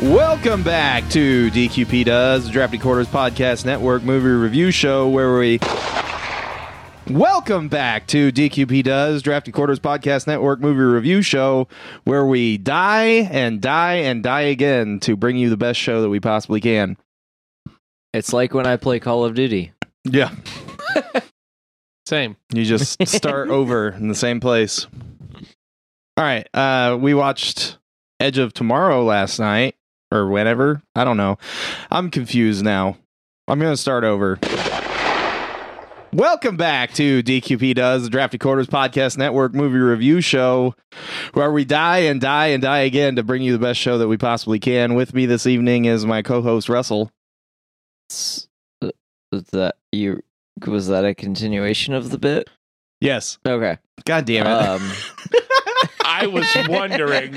Welcome back to DQP Does, the Drafty Quarters Podcast Network movie review show where we. Welcome back to DQP Does, Drafty Quarters Podcast Network movie review show where we die and die and die again to bring you the best show that we possibly can. It's like when I play Call of Duty. Yeah. Same. You just start over in the same place. All right. Uh, we watched Edge of Tomorrow last night or whenever. I don't know. I'm confused now. I'm going to start over. Welcome back to DQP Does, the Drafty Quarters Podcast Network movie review show, where we die and die and die again to bring you the best show that we possibly can. With me this evening is my co host, Russell. S- uh, That you was that a continuation of the bit? Yes. Okay. God damn it. Um, I was wondering.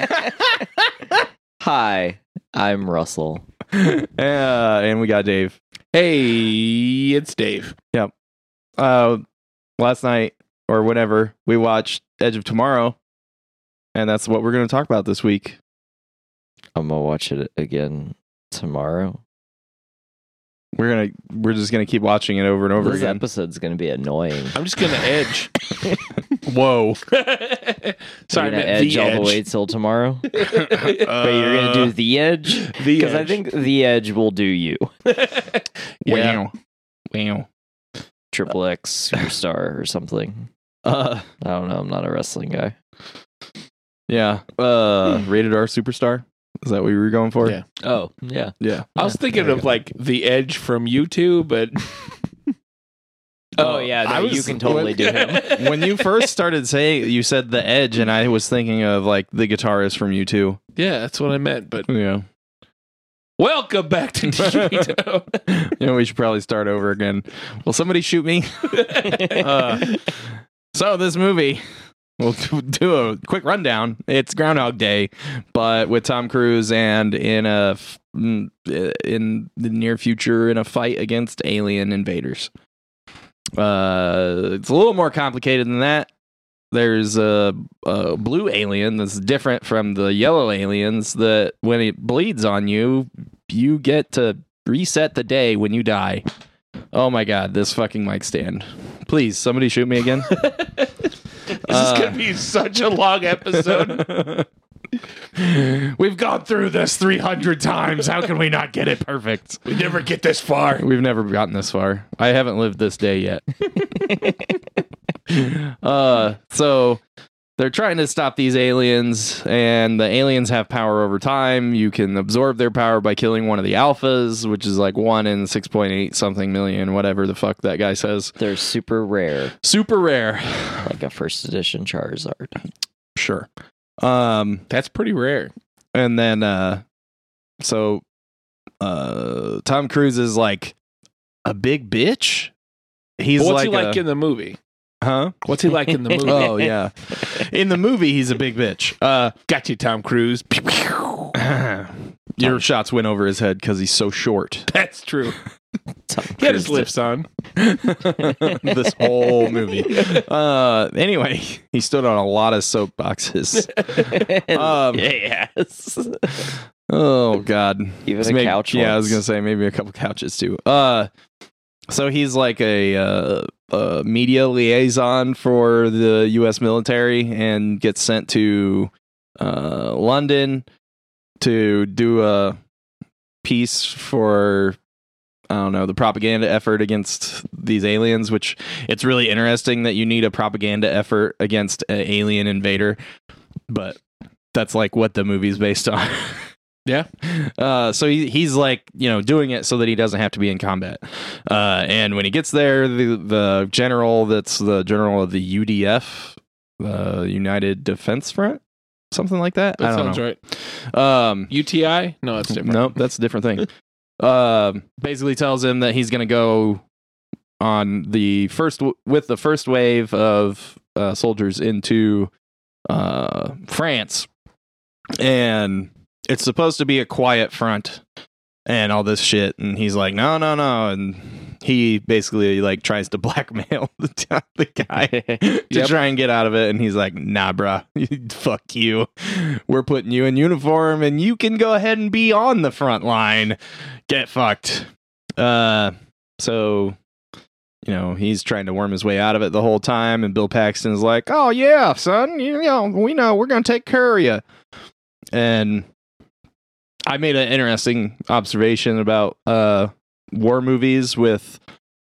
hi, I'm Russell. Uh, and we got Dave. hey, it's Dave. uh last night or whenever we watched Edge of Tomorrow and that's what we're going to talk about this week. I'm gonna watch it again tomorrow. We're going to we're just going to keep watching it over and over this again. episode's gonna be annoying. I'm just gonna edge. Whoa. Sorry, I you're gonna meant edge the all edge. the way till tomorrow. but you're gonna do the edge the because I edge. think the edge will do you. yeah. Wow. Wow. Triple X superstar or something. Uh, I don't know. I'm not a wrestling guy. Yeah. Uh rated R superstar. Is that what you were going for? Hmm. Yeah. Oh yeah. Yeah. I was thinking There you of go. like the edge from YouTube, but Oh, yeah, no, I you can totally do him. When you first started saying you said the edge and I was thinking of like the guitarist from U2. yeah, that's what I meant. But Yeah. welcome back to DP you know, we should probably start over again. Will somebody shoot me? Uh, so this movie we'll do- do a quick rundown it's groundhog day but with tom cruise and in a f- mm, uh, in the near future in a fight against alien invaders uh it's a little more complicated than that there's a, a blue alien that's different from the yellow aliens that when it bleeds on you you get to reset the day when you die oh my god this fucking mic stand please somebody shoot me again This is Uh, gonna be such a long e- episode. We've gone through this 300 times. How can we not get it perfect? We never get this far. We've never gotten this far. I haven't lived this day yet. uh, so they're trying to stop these aliens, and the aliens have power over time. You can absorb their power by killing one of the alphas, which is like one in 6.8 something million, whatever the fuck that guy says. They're super rare, Super rare. like a first edition Charizard. Sure. Um, That's pretty rare. and then uh so uh Tom Cruise is like a big bitch. He's What's like, he like a- in the movie? huh? What's he like in the movie? Oh yeah. In the movie, he's a big bitch. Uh, Got you, Tom Cruise. Pew, pew. your shots went over his head because he's so short. That's true. Tom He had his Cruise lips on. this whole movie. Uh, anyway, he stood on a lot of soapboxes. did- Um, yes. Oh God. Even So a maybe- couch. Yeah, I was gonna once. say maybe a couple couches too. Uh, so he's like a, uh, a media liaison for the U.S. military and gets sent to uh, London to do a piece for I don't know the propaganda effort against these aliens. Which it's really interesting that you need a propaganda effort against an alien invader, but that's like what the movie's based on. Yeah. Uh, so he, he's like, you know, doing it so that he doesn't have to be in combat. Uh, and when he gets there, the, the general that's the general of the UDF, uh, United Defense Front, something like that. That I don't sounds know. right. Um, UTI? No, that's different. nope, that's a different thing. um, basically tells him that he's going to go on the first w- with the first wave of uh, soldiers into uh, France, and it's supposed to be a quiet front and all this shit. And he's like, no, no, no, and he basically like tries to blackmail the, the guy to Yep. try and get out of it, and he's like, "Nah, bruh, fuck you. We're putting you in uniform, and you can go ahead and be on the front line. Get fucked." Uh, so you know he's trying to worm his way out of it the whole time, and Bill Paxton's like, "Oh yeah, son, you know we know we're gonna take care of you," and. I made an interesting observation about uh, war movies with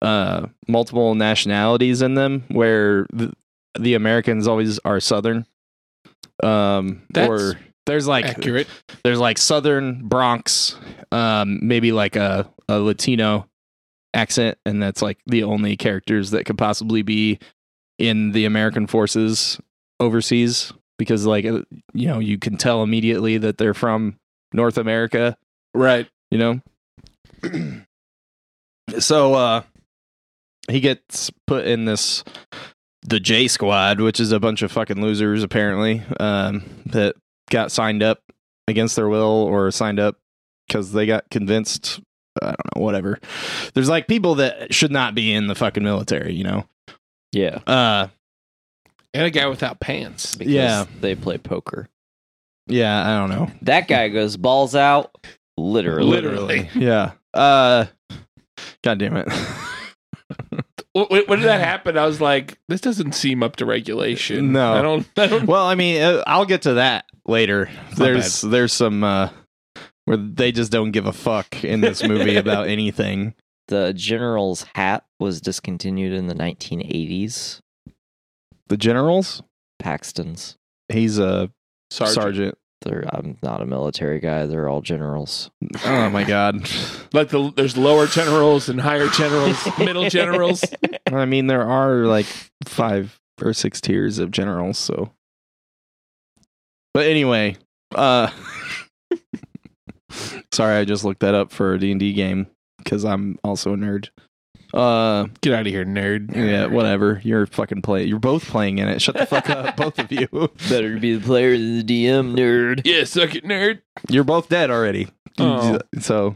uh, multiple nationalities in them, where the, the Americans always are Southern. Um, That's or there's like accurate. there's like Southern Bronx, um, maybe like a, a Latino accent, and that's like the only characters that could possibly be in the American forces overseas because like uh, you know you can tell immediately that they're from North America Right. you know so uh he gets put in this the j squad which is a bunch of fucking losers apparently um that got signed up against their will or signed up because they got convinced i don't know whatever there's like people that should not be in the fucking military you know Yeah. uh And a guy without pants. Because Yeah. They play poker. yeah i don't know That guy goes balls out. Literally. Literally. yeah uh god damn it Wh- wh- When did that happen? I was like, this doesn't seem up to regulation. No. I don't. I don't. Well, I mean, uh, I'll get to that later. There's there's some uh where they just don't give a fuck in this movie about anything. The general's hat was discontinued in the 1980s. The generals, Paxton's. he's a sergeant. They're, I'm not a military guy. They're all generals. Oh my god. Like the there's lower generals and higher generals, middle generals. I mean, there are like five or six tiers of generals, so. But anyway, uh Sorry, I just looked that up for a D&D game cuz I'm also a nerd. Uh Get out of here, nerd. Yeah, whatever. You're fucking play. You're both playing in it. Shut the fuck up, both of you. Better be the player than the DM nerd. Yeah, suck it, nerd. You're both dead already. Oh. So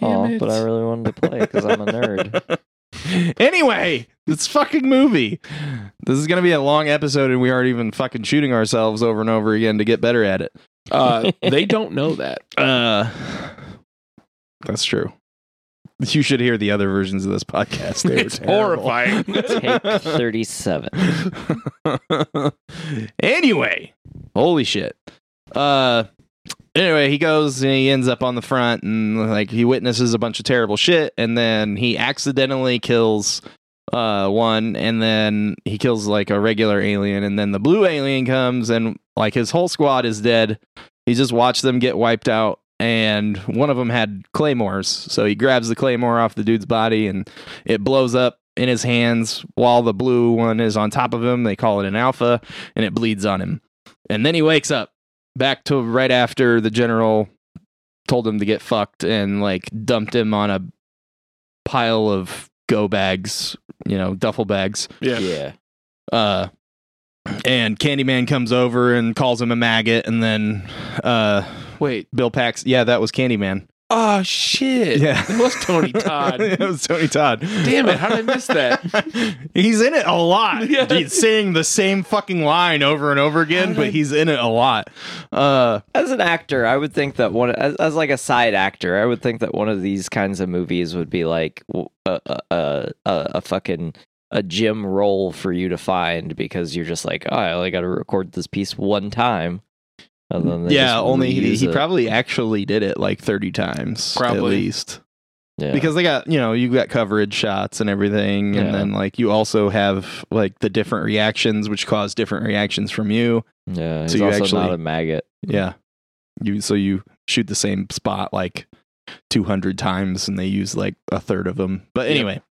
Aw, Damn it. Oh, but I really wanted to play because I'm a nerd. anyway, this fucking movie. This is gonna be a long episode, and we aren't even fucking shooting ourselves over and over again to get better at it. uh, they don't know that. Uh, that's true. You should hear the other versions of this podcast. They were It's terrible. horrifying. Take 37. anyway, holy shit. Uh anyway, he goes and he ends up on the front and like he witnesses a bunch of terrible shit and then he accidentally kills uh one and then he kills like a regular alien and then the blue alien comes and like his whole squad is dead. He just watched them get wiped out and one of them had claymores. So he grabs the claymore off the dude's body and it blows up in his hands while the blue one is on top of him. They call it an alpha and it bleeds on him. And then he wakes up back to right after the general told him to get fucked and like dumped him on a pile of go bags, you know, duffel bags. Yeah. Yeah. Uh, and Candyman comes over and calls him a maggot. And then uh, Wait. Bill Pax, yeah, that was Candyman. Oh shit. Yeah. It was Tony it Todd. was Tony Todd. Damn it! How did I miss that? he's in it a lot. Yeah. He's saying the same fucking line over and over again, did but I- he's in it a lot. Uh, As an actor, I would think that one, as, as like a side actor, I would think that one of these kinds of movies would be like w- a, a, a, a a fucking a gym role for you to find because you're just like, oh, I only got to record this piece one time. And then they yeah, just only he, reuse he it. probably actually did it like 30 times at Probably. least. Yeah. Because they got, you know, you got coverage shots and everything Yeah. and then like you also have like the different reactions which cause different reactions from you. yeah, so he's you also actually- not a maggot. Yeah. You so you shoot the same spot like 200 times and they use like a third of them. But Yeah. anyway.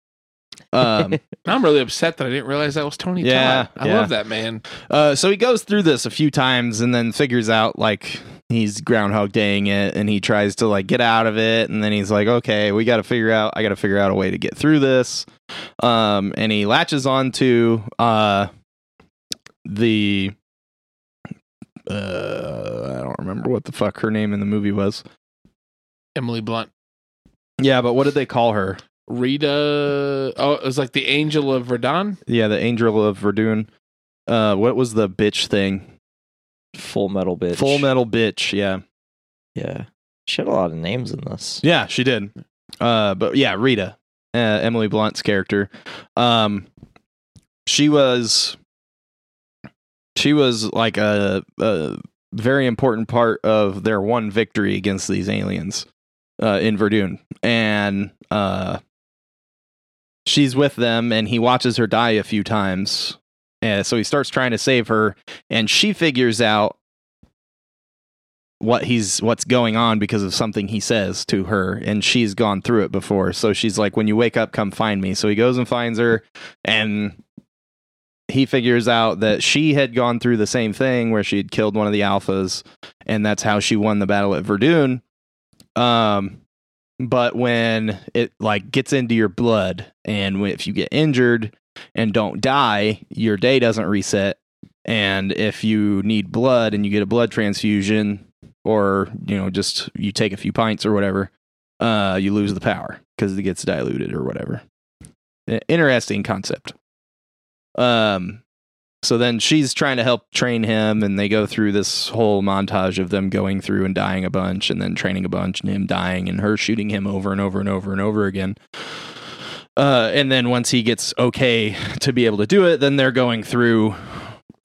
Um I'm really upset that I didn't realize that was Tony Yeah, Todd. I yeah. love that man. Uh, so he goes through this a few times and then figures out like he's groundhog daying it and he tries to like get out of it and then he's like okay we got to figure out i got to figure out a way to get through this um and he latches on to uh the uh i don't remember what the fuck her name in the movie was Emily Blunt. yeah but what did they call her Rita. Oh, it was like the Angel of Verdun. Yeah, the Angel of Verdun. Uh, what was the bitch thing? Full Metal Bitch. Full Metal Bitch. Yeah, Yeah. She had a lot of names in this. yeah, she did. Uh, but yeah, Rita, uh, Emily Blunt's character. Um, she was, she was like a, a very important part of their one victory against these aliens uh, in Verdun, and uh, she's with them, and he watches her die a few times. And so he starts trying to save her, and she figures out what he's what's going on because of something he says to her and she's gone through it before so she's like when you wake up come find me so he goes and finds her and he figures out that she had gone through the same thing where she had killed one of the alphas and that's how she won the battle at verdun um but when it like gets into your blood and when, if you get injured and don't die your day doesn't reset and if you need blood and you get a blood transfusion or you know just you take a few pints or whatever uh you lose the power because it gets diluted or whatever I- interesting concept um so then she's trying to help train him and they go through this whole montage of them going through and dying a bunch and then training a bunch and him dying and her shooting him over and over and over and over again uh, and then once he gets okay to be able to do it, then they're going through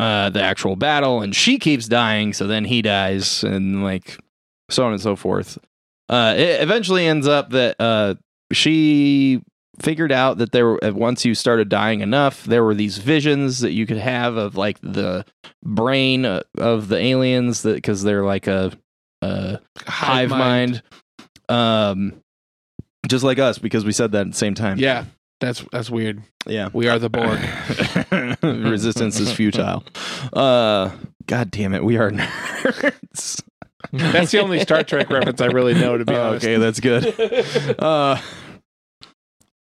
uh, the actual battle, and she keeps dying, so then he dies, and like so on and so forth. Uh, it eventually ends up that uh, she figured out that there were, uh, once you started dying enough, there were these visions that you could have of like the brain uh, of the aliens that because they're like a. Uh, hive mind. Um, just like us because we said that at the same time. Yeah, that's that's weird. yeah. We are the Borg. Resistance is futile. Uh, God damn it, we are nerds. Oh, That's the only Star Trek reference I really know. To be honest, okay, that's good. Uh,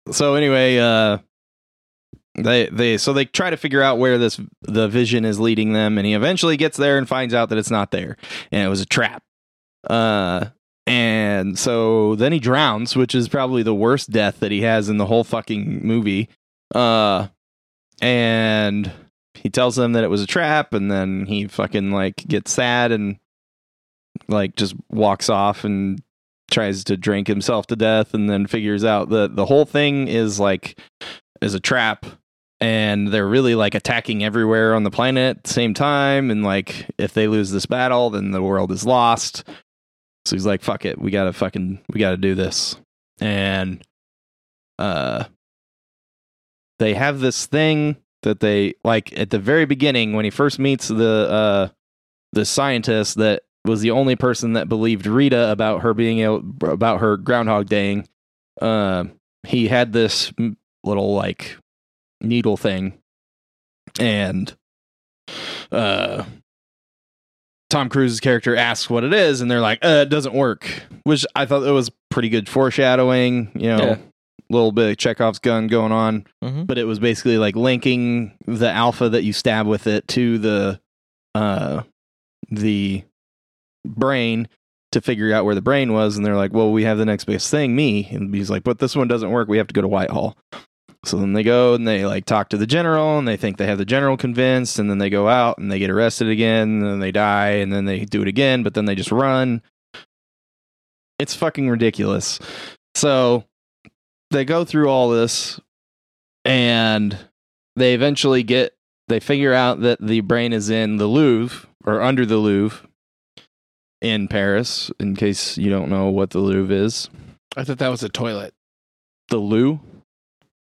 so anyway, uh, they they so they try to figure out where this the vision is leading them, and he eventually gets there and finds out that it's not there, and it was a trap. Uh, and so then he drowns, which is probably the worst death that he has in the whole fucking movie. Uh, and he tells them that it was a trap, and then he fucking like gets sad and like just walks off and tries to drink himself to death and then figures out that the whole thing is like is a trap and they're really like attacking everywhere on the planet at the same time and like if they lose this battle then the world is lost so he's like fuck it we gotta fucking we gotta do this and uh they have this thing that they like at the very beginning when he first meets the uh the scientist that was the only person that believed Rita about her being able, about her groundhog daying. Uh, he had this m- little like needle thing, and uh, Tom Cruise's character asks what it is, and they're like, uh, "It doesn't work," which I thought that was pretty good foreshadowing. You know, Yeah. little bit of Chekhov's gun going on Mhm. but it was basically like linking the alpha that you stab with it to the uh the brain to figure out where the brain was and they're like well we have the next best thing me and he's like but this one doesn't work we have to go to whitehall so then they go and they like talk to the general and they think they have the general convinced and then they go out and they get arrested again and then they die and then they do it again but then they just run it's fucking ridiculous so they go through all this and they eventually get they figure out that the brain is in the Louvre or under the Louvre in Paris. In case you don't know what the Louvre is, I thought that was a toilet. the Lou.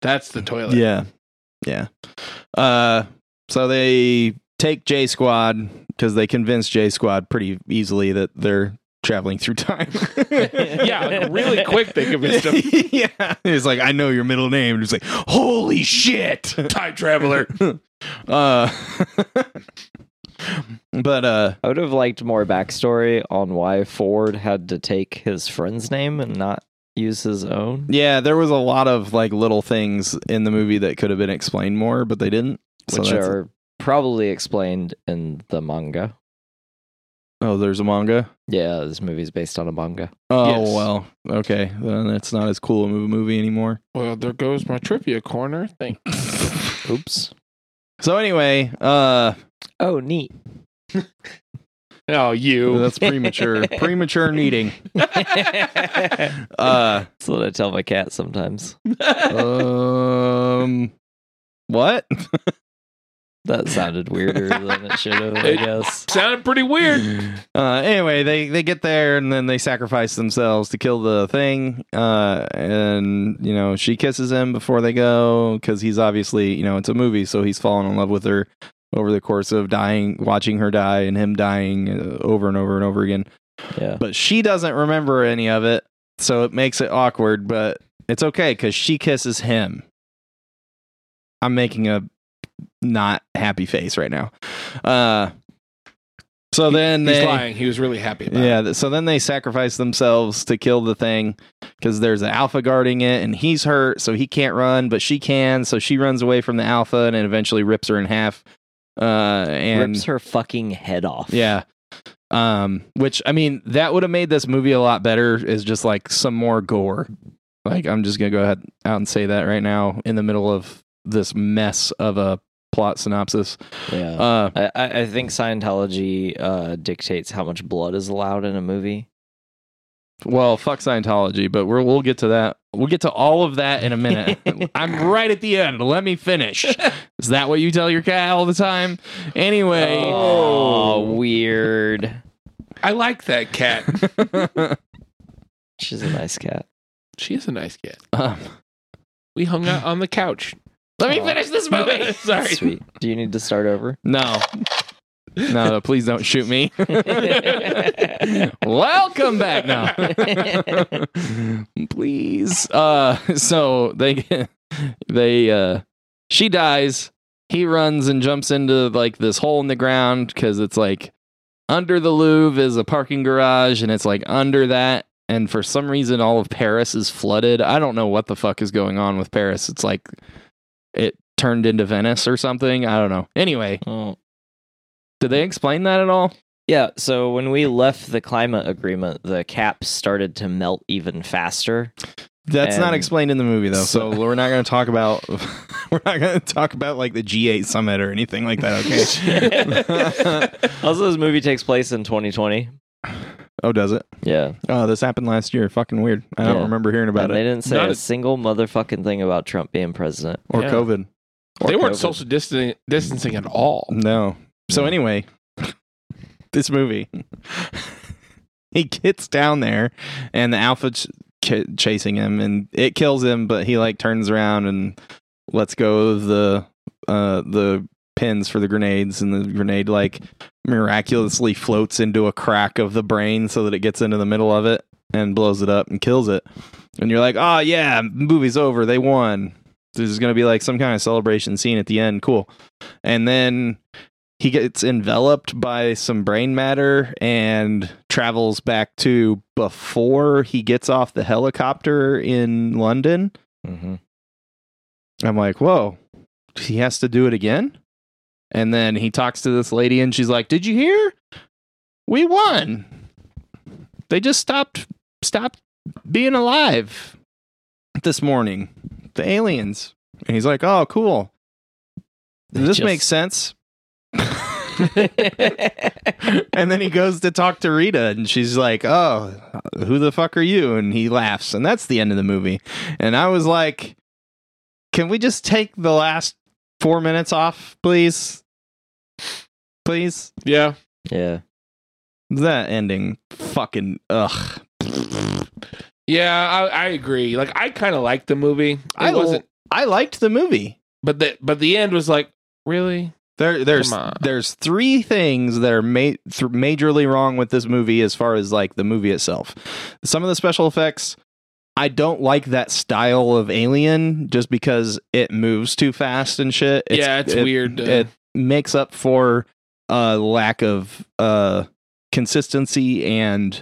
That's the toilet. Yeah, yeah. Uh, so they take J Squad because they convince J Squad pretty easily that they're traveling through time. yeah, like really quick. They convinced him. yeah, it's like I know your middle name. It's like holy shit. Time traveler. Uh, but uh, I would have liked more backstory on why Ford had to take his friend's name and not use his own. yeah, there was a lot of like little things in the movie that could have been explained more, but they didn't. So which that's- are probably explained in the manga. Oh, there's a manga. Yeah, this movie's based on a manga. Oh Yes. well, okay. Then it's not as cool of a movie anymore. Well, there goes my trivia corner. Thank. Oops. So anyway, uh, Oh, neat. Oh, you. that's premature, premature needing. Uh, That's what I tell my cat sometimes. um, what? That sounded weirder than it should have, I It- guess. Sounded pretty weird. Uh, anyway, they they get there and then they sacrifice themselves to kill the thing. Uh, and you know she kisses him before they go because he's obviously you know it's a movie, so he's fallen in love with her over the course of dying, watching her die, and him dying uh, over and over and over again. Yeah. But she doesn't remember any of it, so it makes it awkward. But it's okay because she kisses him. I'm making a not happy face right now. Uh, so then He's they lying. He was really happy about it. yeah. th- So then they sacrifice themselves to kill the thing because there's an alpha guarding it, and he's hurt, so he can't run, but she can. So she runs away from the alpha, and it eventually rips her in half. Uh, and Rips her fucking head off. yeah. Um, which I mean, that would have made this movie a lot better. Is just like some more gore. Like I'm just gonna go ahead out and say that right now in the middle of this mess of a plot synopsis. Yeah. Uh, I, I I think Scientology uh, dictates how much blood is allowed in a movie. well, fuck Scientology, but we're, we'll get to that. We'll get to all of that in a minute. I'm right at the end. Let me finish. Is that what you tell your cat all the time? Anyway. Oh, weird. I like that cat. She's a nice cat. she is a nice cat. Um, We hung out on the couch. let me finish this movie. Sorry. Sweet. Do you need to start over? No. No, please don't shoot me. Welcome back now. please. Uh so they they uh she dies. He runs and jumps into like this hole in the ground cuz it's like under the Louvre is a parking garage and it's like under that and for some reason all of Paris is flooded. I don't know what the fuck is going on with Paris. It's like it turned into Venice or something. I don't know. Anyway, Oh. did they explain that at all? Yeah, so when we left the climate agreement, the caps started to melt even faster. That's not And- explained in the movie though, so we're not going to talk about we're not going to talk about like the G8 summit or anything like that. Okay. Also, this movie takes place in 2020. oh, does it? Yeah. Oh, this happened last year. Fucking weird. I don't Yeah. remember hearing about And they it didn't say Not a, a- single motherfucking thing about Trump being president. or Yeah. COVID. Or they weren't COVID. social distancing, distancing at all. No. So Yeah. anyway, this movie, he gets down there, and the alpha ch- ch- chasing him, and it kills him. But he like turns around and lets go of the uh the pins for the grenades, and the grenade like miraculously floats into a crack of the brain so that it gets into the middle of it and blows it up and kills it. And you're like, oh yeah, movie's over. They won. There's gonna be like some kind of celebration scene at the end. Cool. And then he gets enveloped by some brain matter and travels back to before he gets off the helicopter in London. Mm-hmm. I'm like, whoa, he has to do it again? And then he talks to this lady and she's like, Did you hear? We won. They just stopped stopped being alive this morning. The aliens. And he's like, Oh, cool. This Just- makes sense. and then he goes to talk to Rita, and she's like, "Oh, who the fuck are you?" And he laughs, and that's the end of the movie. And I was like, "Can we just take the last four minutes off, please? Please." Yeah. Yeah. That ending, fucking ugh. Yeah, I, I agree. Like, I kind of liked the movie. I I wasn't, I liked the movie. but the but the end was like, really? There, there's Come on. there's three things that are ma- th- majorly wrong with this movie as far as like the movie itself. Some of the special effects, I don't like that style of Alien just because it moves too fast and shit. yeah, it's it- weird. uh, It makes up for a lack of uh, consistency and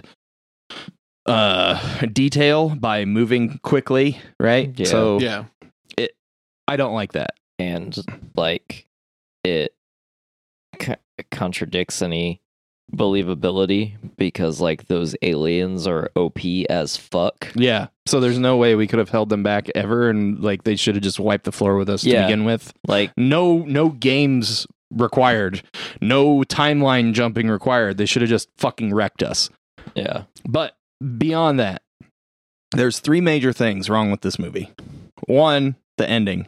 uh, detail by moving quickly, right? Yeah. So yeah. I don't like that. and like it co- contradicts any believability because like those aliens are OP as fuck. Yeah. So there's no way we could have held them back ever, and like they should have just wiped the floor with us to Yeah. begin with. Like No, no games required, no timeline jumping required. They should have just fucking wrecked us. yeah. But beyond that, there's three major things wrong with this movie. One, the ending.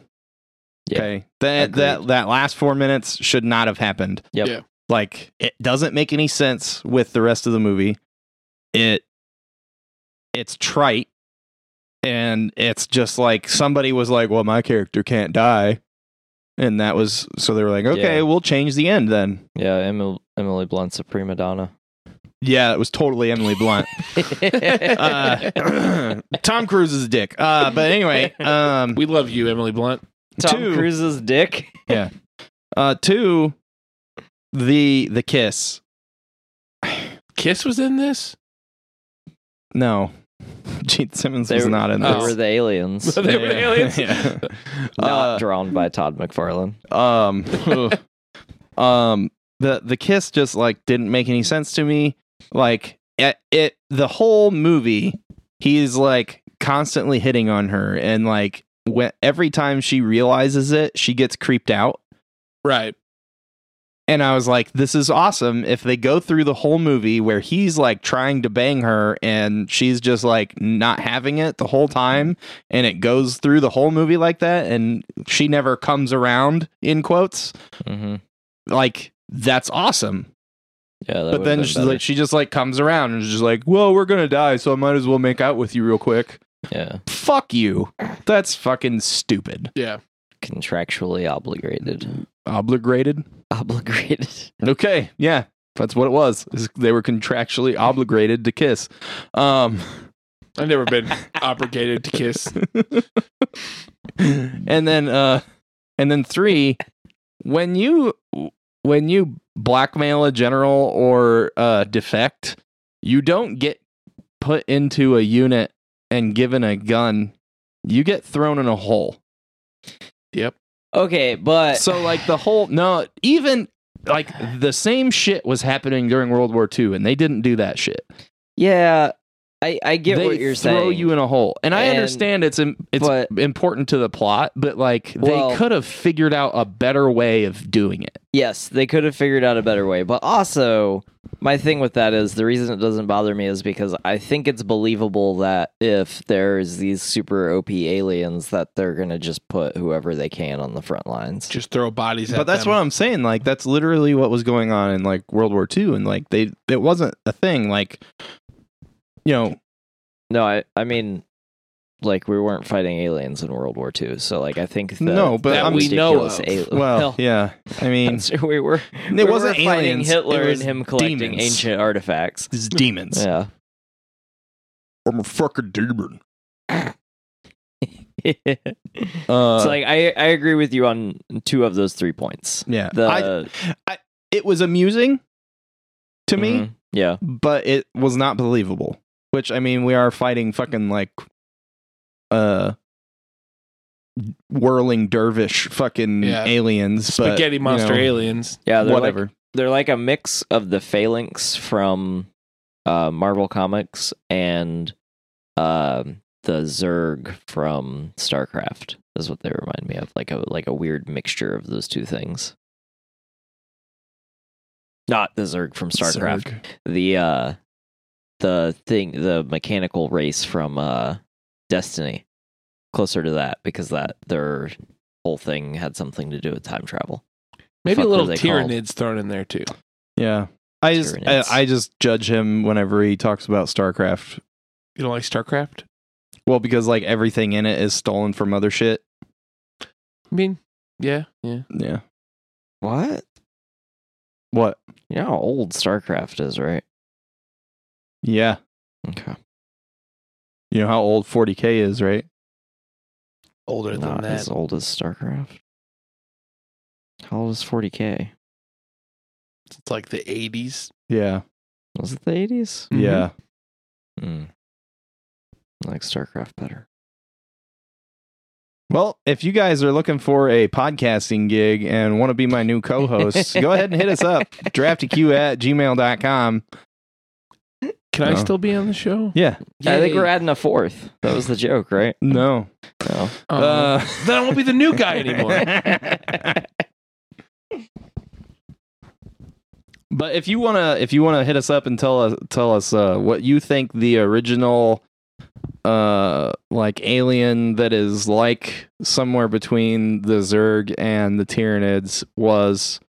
Yeah. Okay. That Agreed. that that last 4 minutes should not have happened. Yep. Yeah. Like it doesn't make any sense with the rest of the movie. It it's trite and it's just like somebody was like, "Well, my character can't die." And that was so they were like, "Okay, Yeah. we'll change the end then." Yeah, Emily, Emily Blunt's a prima donna. Yeah, it was totally Emily Blunt. uh, Tom Cruise is a dick. Uh, but anyway, um, We love you, Emily Blunt. Tom two. Cruise's dick. uh, two, the the kiss. Kiss was in this. No, Gene Simmons They was were- not in They this. Oh. were the aliens, they were aliens. Yeah. not drawn by Todd McFarlane. Uh, um, ugh. um, the the kiss just like didn't make any sense to me. Like it, it the whole movie, he's like constantly hitting on her, and like when, every time she realizes it, she gets creeped out. Right. And I was like, this is awesome. If they go through the whole movie where he's like trying to bang her and she's just like not having it the whole time, and it goes through the whole movie like that, and she never comes around, in quotes, Mm-hmm. like that's awesome. Yeah, that but then she's she's like, she just like comes around and is just like, well, we're going to die, so I might as well make out with you real quick. yeah, Fuck you. That's fucking stupid. Yeah. contractually obligated. Obligated. Obligated. Okay, yeah, that's what it was. is They were contractually obligated to kiss. Um, I've never been obligated to kiss. and then, uh, and then three, when you when you blackmail a general or uh, defect, you don't get put into a unit and given a gun. You get thrown in a hole. Okay, but So like the whole no, even like the same shit was happening during World War II, and they didn't do that shit. yeah, I I get they what you're throw saying. you in a hole, and, I And- understand it's im- it's but- important to the plot, but like Well- they could have figured out a better way of doing it. Yes, they could have figured out a better way. But also, my thing with that is the reason it doesn't bother me is because I think it's believable that if there's these super OP aliens, that they're going to just put whoever they can on the front lines. Just throw bodies at But that's what I'm saying. Like that's literally what was going on in like World War II, and like they it wasn't a thing. Like you know, No, I, I mean, like, we weren't fighting aliens in World War II. So, like, I think that, No, but that I'm- we know ridiculous of. al- well, yeah. I mean, that's- we were, it we wasn't were fighting aliens. Hitler it was and him collecting demons. ancient artifacts. It's demons. Yeah. I'm a fucking demon. it's Uh, like, I, I agree with you on two of those three points. yeah. The, I, it was amusing to me. Mhm. Yeah. but it was not believable. Which I mean, we are fighting fucking like uh whirling dervish fucking Yeah. aliens, but, spaghetti you monster know, aliens. Yeah. They're whatever. Like, they're like a mix of the phalanx from uh, Marvel Comics and um the Zerg from StarCraft. Is what they remind me of. Like a like a weird mixture of those two things. Not the Zerg from StarCraft. Zerg. The uh the thing the mechanical race from uh Destiny. Closer to that because that their whole thing had something to do with time travel. Maybe Fuck a were little they called? Tyranids thrown in there too. Yeah. I just I, Tyranids. I just judge him whenever he talks about StarCraft. You don't like StarCraft? Well, because like everything in it is stolen from other shit. I mean, yeah, yeah. Yeah. What? What? You know how old StarCraft is, right? Yeah. Okay. You know how old 40K is, right? Older than Not that. as old as StarCraft. How old is 40K? It's like the 80s. Yeah. Was it the Hmm. 80s? Mm-hmm. Yeah. Mm. I like StarCraft better. Well, if you guys are looking for a podcasting gig and want to be my new co host, go ahead and hit us up. DraftyQ at gmail.com. Can I No. still be on the show? Yeah. I think Yay. we're adding a fourth. That was the joke, right? No. No. Um, uh, then I won't be the new guy anymore. but if you wanna if you wanna hit us up and tell us tell us uh, what you think the original uh like alien that is like somewhere between the Zerg and the Tyranids was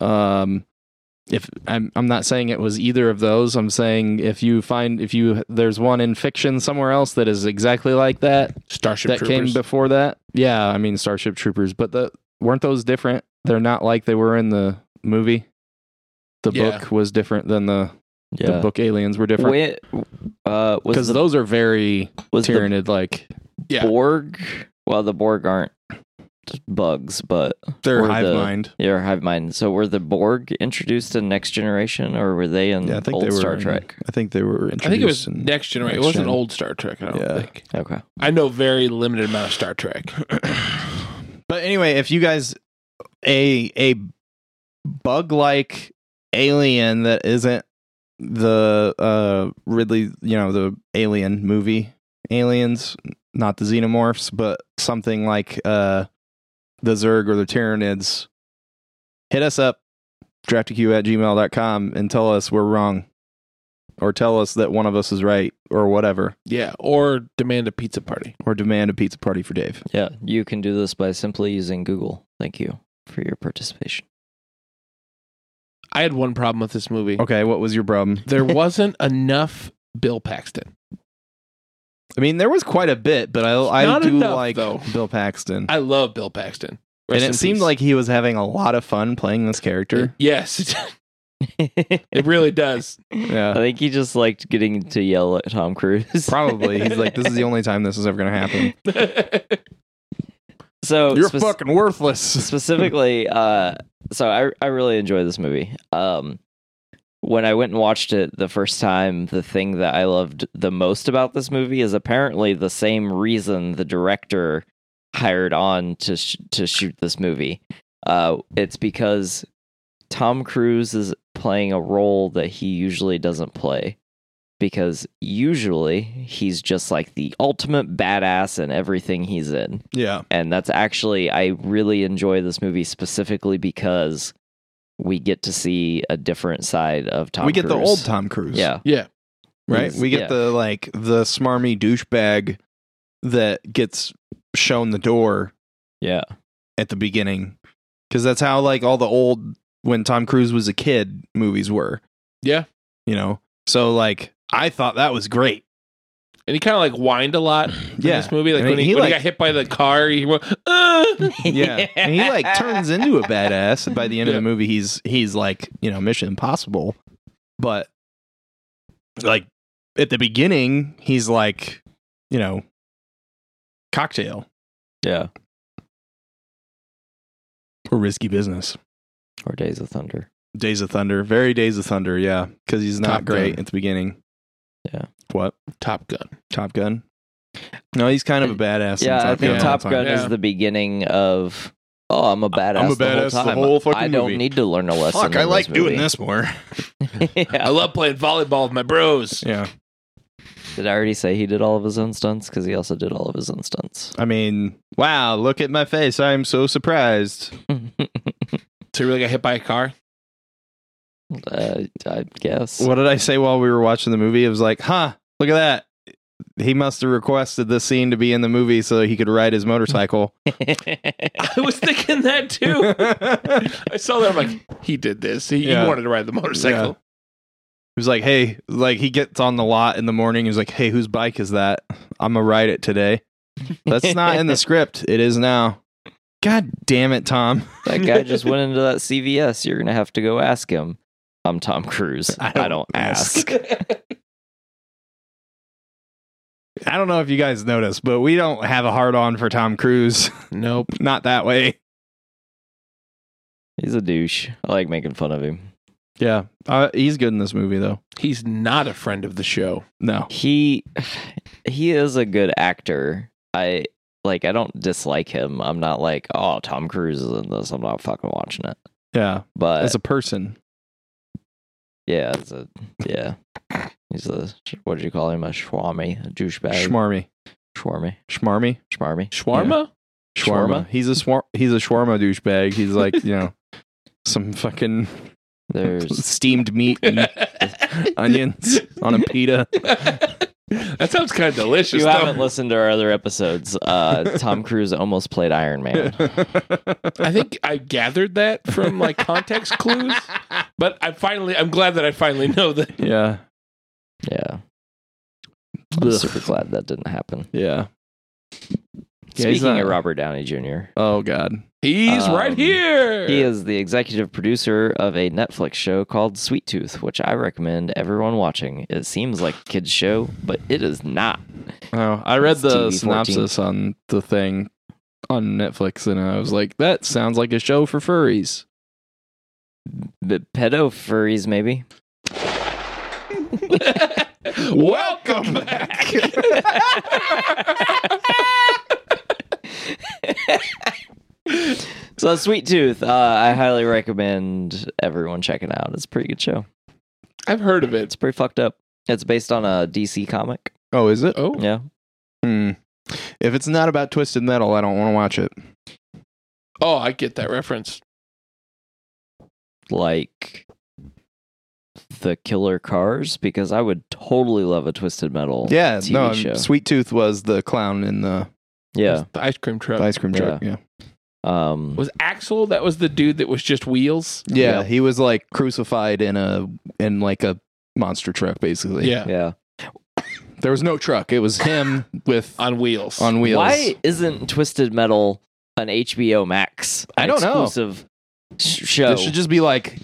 um if I'm I'm not saying it was either of those. I'm saying if you find if you there's one in fiction somewhere else that is exactly like that, Starship that came Troopers. before that. Yeah, I mean Starship Troopers, but the weren't those different? They're not like they were in the movie. The Yeah. book was different than the, the book aliens were different When, uh, was because the, those are very was the tyrannid like yeah. Borg? Well, the Borg aren't bugs, but they're Or hive the- mind. yeah, hive mind. So were the Borg introduced in Next Generation, or were they in old Star Trek? I think they were. I think it was in- next generation. Next it wasn't Gen. old Star Trek. I don't Yeah. think. Okay. I know very limited amount of Star Trek. but anyway, if you guys a a bug like alien that isn't the uh Ridley, you know, the alien movie aliens, not the xenomorphs, but something like uh the Zerg or the Tyranids, hit us up, draftyq at gmail.com and tell us we're wrong. Or tell us that one of us is right or whatever. Yeah, or demand a pizza party. Or demand a pizza party for Dave. Yeah, you can do this by simply using Google. Thank you for your participation. I had one problem with this movie. Okay, what was your problem? There wasn't enough Bill Paxton. I mean, there was quite a bit, but I I Not do enough, like though. Bill Paxton, I love Bill Paxton. and Rest in it seemed peace. like he was having a lot of fun playing this character. yes, it really does. Yeah, I think he just liked getting to yell at Tom Cruise. probably. He's like, this is the only time this is ever going to happen. Oh, so spec- worthless. specifically, uh, so I I really enjoy this movie. Um, when I went and watched it the first time, the thing that I loved the most about this movie is apparently the same reason the director hired on to sh- to shoot this movie. Uh, it's because Tom Cruise is playing a role that he usually doesn't play. Because usually he's just like the ultimate badass in everything he's in Yeah, and that's actually I really enjoy this movie specifically because we get to see a different side of Tom. we get the Cruise. old Tom Cruise. Yeah, Yeah, right. He's- We get yeah. the like the smarmy douchebag that gets shown the door yeah, at the beginning, because that's how like all the old when Tom Cruise was a kid movies were. yeah. You know, so like I thought that was great. And he kind of like whined a lot in Yeah. this movie. Like And when, he, he, when he like- got hit by the car, he went, "Ah." yeah. And he like turns into a badass by the end of Yeah. the movie. He's he's like you know Mission Impossible, but like at the beginning he's like you know cocktail yeah. or risky business. Or Days of Thunder. Days of Thunder, very Days of Thunder, yeah, because he's not Top great Gun. at the beginning. Yeah. What Top Gun. Top Gun? No, he's kind of a badass. in Uh, yeah, I think Gun. Top all the Gun time. is Yeah. the beginning of. Oh, I'm a badass. I'm a the whole, badass the time. whole fucking I don't movie. need to learn a lesson. Fuck, in I like this doing movie. this more. I yeah. love playing volleyball with my bros. Yeah, Did I already say he did all of his own stunts? Because he also did all of his own stunts. I mean, wow, look at my face. I am so surprised. So he really got hit by a car. uh, I guess. What did I say while we were watching the movie? It was like, huh, look at that. He must have requested this scene to be in the movie so he could ride his motorcycle. I was thinking that too. he I saw that. I'm like, he did this. He, he Yeah. wanted to ride the motorcycle. was like, hey, like he gets on the lot in the morning. He's like, hey, whose bike is that? I'm going to ride it today. That's not in the script. It is now. God damn it, Tom. That guy just went into that CVS. You're gonna have to go ask him. I'm Tom Cruise. I don't, ask. I don't know if you guys noticed, but we don't have a hard on for Tom Cruise. Nope. not that way. He's a douche. I like making fun of him. Yeah. Uh, he's good in this movie, though. He's not a friend of the show. No. He he is a good actor. I like I don't dislike him. I'm not like, oh, Tom Cruise is in this. I'm not fucking watching it. Yeah. But As a person. yeah, it's a yeah. He's a what do you call him? A schwami, a douchebag. Schmarmy. Schwarmy, Schmarmy. schmarmy. Shawarma? Shawarma. Shawarma? He's a swar- he's a shawarma douchebag. He's like, you know, some fucking There's steamed meat and onions on a pita. that sounds kind of delicious. you though. haven't listened to our other episodes. Uh, Tom Cruise almost played Iron Man. I think I gathered that from like context clues, but I finally, I'm glad that I finally know that. yeah. Yeah, I'm Ugh. super glad that didn't happen. Yeah. Yeah, he's Speaking not- of Robert Downey Jr., Oh god. He's right Um, here. He is the executive producer of a Netflix show called Sweet Tooth, which I recommend everyone watching. It seems like a kid's show, but it is not. Oh, I read It's the TV14. synopsis on the thing on Netflix and I was like, that sounds like a show for furries. The pedo furries, maybe? Welcome back. So Sweet Tooth, uh, I highly recommend everyone checking out. It's a pretty good show. I've heard of It's it. pretty fucked up. It's based on a DC comic. Oh, is it? Oh, Yeah. Hmm. If it's not about twisted metal, I don't want to watch it. oh, I get that reference. Like the killer cars, because I would totally love a twisted metal Yeah, TV no. um, show. Sweet Tooth was the clown in the, yeah. the ice cream truck ice cream truck. Yeah. Um, was Axel. That was the dude that was just wheels. Yeah, Yep. he was like crucified in a in like a monster truck basically. Yeah, yeah. There was no truck. It was him with on wheels. on wheels. Why isn't Twisted Metal an HBO Max? I don't know. Exclusive sh- show. This should just be like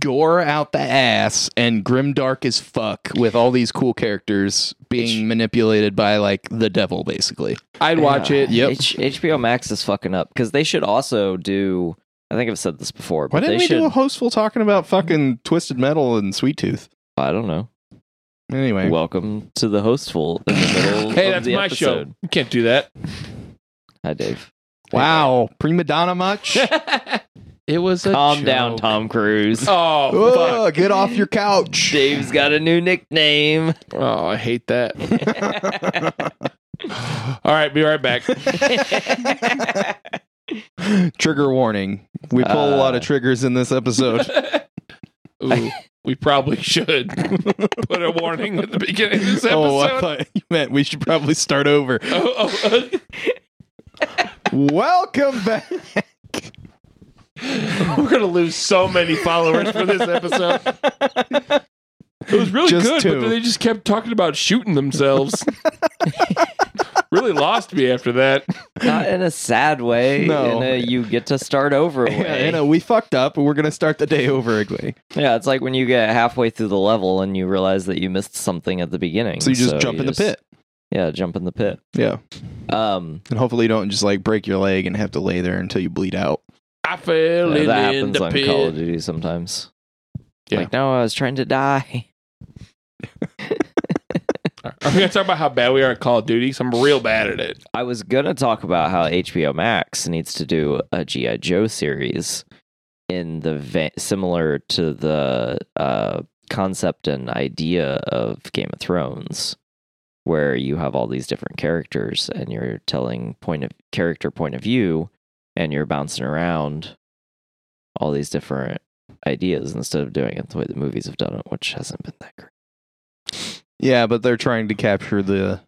gore out the ass and grim dark as fuck with all these cool characters being manipulated by like the devil basically. I'd watch Yeah. it. Yep. H- HBO Max is fucking up because they should also do. I think I've said this before, Why but didn't they we should. do a hostful talking about fucking twisted metal and sweet tooth? I don't know. Anyway, Welcome to the hostful in the middle. Hey, of that's the my episode. show. You can't do that. Hi, Dave. wow, prima donna much? it was a Calm joke. down, Tom Cruise. Oh, Ugh, fuck. get off your couch. Dave's got a new nickname. oh, I hate that. All right, be right back. Trigger warning. We pull a lot Uh. of triggers in this episode. Ooh, we probably should put a warning at the beginning of this episode. oh, I thought you meant we should probably start over. Oh, oh, Welcome back. oh. we're gonna lose so many followers for this episode. It was really Just good, two. but then they just kept talking about shooting themselves. really lost me after that. Not in a sad way. No. In a you get to start over way. Yeah, you know, we fucked up. We're gonna start the day over again. Yeah, it's like when you get halfway through the level and you realize that you missed something at the beginning. So you just jump in the just- pit. Yeah, jump in the pit. Yeah, Um, and hopefully you don't just like break your leg and have to lay there until you bleed out. I fell yeah, in, that in happens the on Call of pit. Duty sometimes. Yeah. Like, no, I was trying to die. I'm gonna talk about how bad we are at Call of Duty. 'cause I'm real bad at it. I was gonna talk about how HBO Max needs to do a GI Joe series in the va- similar to the uh, concept and idea of Game of Thrones, where you have all these different characters and you're telling point of character point of view, and you're bouncing around all these different ideas instead of doing it the way the movies have done it, which hasn't been that great. Yeah, but they're trying to capture the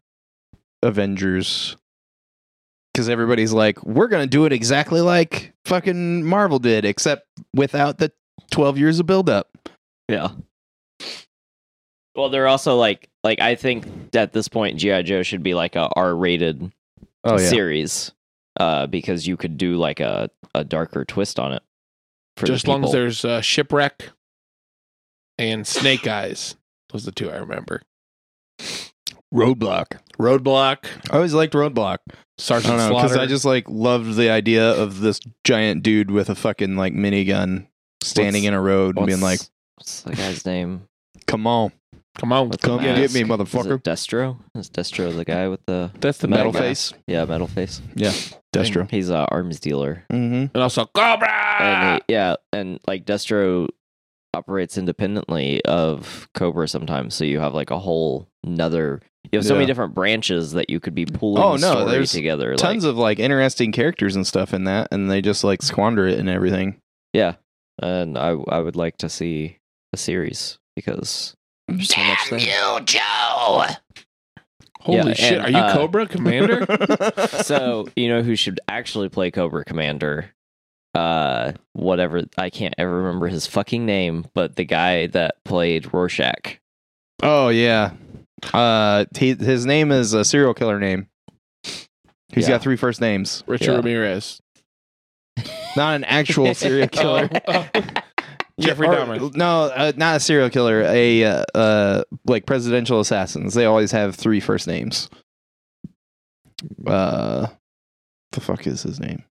Avengers because everybody's like, we're gonna do it exactly like fucking Marvel did, except without the twelve years of buildup. Yeah. Well, they're also like like I think at this point GI Joe should be like a R-rated Oh, Oh, series, uh, because you could do like a a darker twist on it. For the Just as long as people. there's uh, shipwreck and snake eyes. Those are the two I remember. Roadblock. Roadblock, I always liked Roadblock. I Sergeant don't know because Slaughter. I just like loved the idea of this giant dude with a fucking like minigun standing What's- in a road and What's- being like, what's the guy's name? "Come on, Come on. What's the Come get mask? me, Is motherfucker. it Destro? Is Destro the guy with the That's the Metal metal Mega. face. face. yeah metal face? Yeah. Destro. He's a arms dealer. Mm-hmm. And also Cobra. Ah. and he, yeah, and like Destro operates independently of Cobra sometimes, so you have like a whole another. You have so Yeah. many different branches that you could be pulling. Oh, Oh no, no, story there's together. Tons like, of like interesting characters and stuff in that, and they just like squander it and everything. yeah, and I I would like to see a series because there's so much there. you, Joe. Holy Yeah, shit. and, Are you uh, Cobra Commander? so you know who should actually play Cobra Commander? Uh, whatever. I can't ever remember his fucking name, but the guy that played Rorschach. oh yeah, uh, he, his name is a serial killer name. He's Yeah. got three first names. Richard Yeah. Ramirez. Not an actual serial killer. Oh, oh. Jeffrey Or- Dahmer. No, uh, not a serial killer. A uh, uh, like presidential assassins. They always have three first names. Uh, the fuck is his name?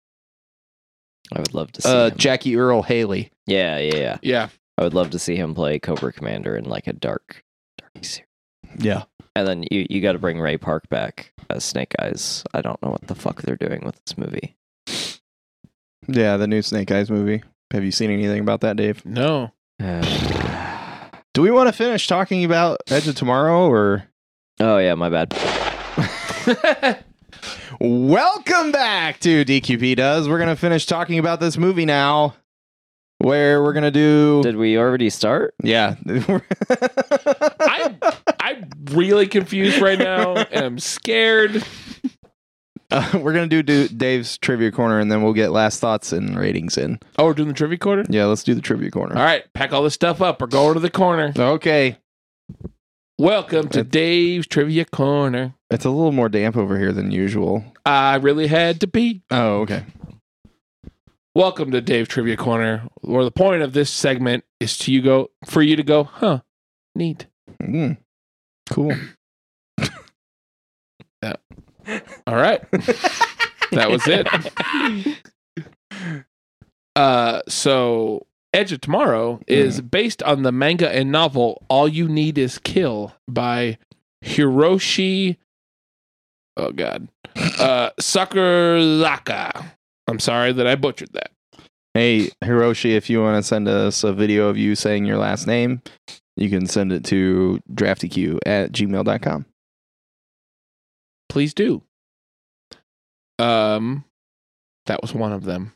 I would love to see. Uh, him. Jackie Earl Haley. yeah, yeah, yeah. Yeah. I would love to see him play Cobra Commander in like a dark, dark series. Yeah. And then you you got to bring Ray Park back as Snake Eyes. I don't know what the fuck they're doing with this movie. Yeah, the new Snake Eyes movie. Have you seen anything about that, Dave? No. Do we want to finish talking about Edge of Tomorrow or oh yeah, my bad. Welcome back to DQP Does. We're going to finish talking about this movie now where we're going to do Did we already start? Yeah. I'm I'm really confused right now and I'm scared. Uh, we're going to do, do Dave's trivia corner and then we'll get last thoughts and ratings in. Oh, we're doing the trivia corner? Yeah, let's do the trivia All corner. right, pack all this stuff up. We're going to the corner. Okay. Welcome to Dave's Trivia Corner. It's a little more damp over here than usual. I really had to pee. Oh, okay. Welcome to Dave Trivia Corner, where the point of this segment is to you go for you to go, huh? Neat. Mm. Cool. All right. that was it. Uh, so Edge of Tomorrow is based on the manga and novel All You Need Is Kill by Hiroshi Oh god. Uh Sakurazaka. I'm sorry that I butchered that. Hey, Hiroshi, if you want to send us a video of you saying your last name, you can send it to draftyq at gmail.com. Please do. Um that was one of them.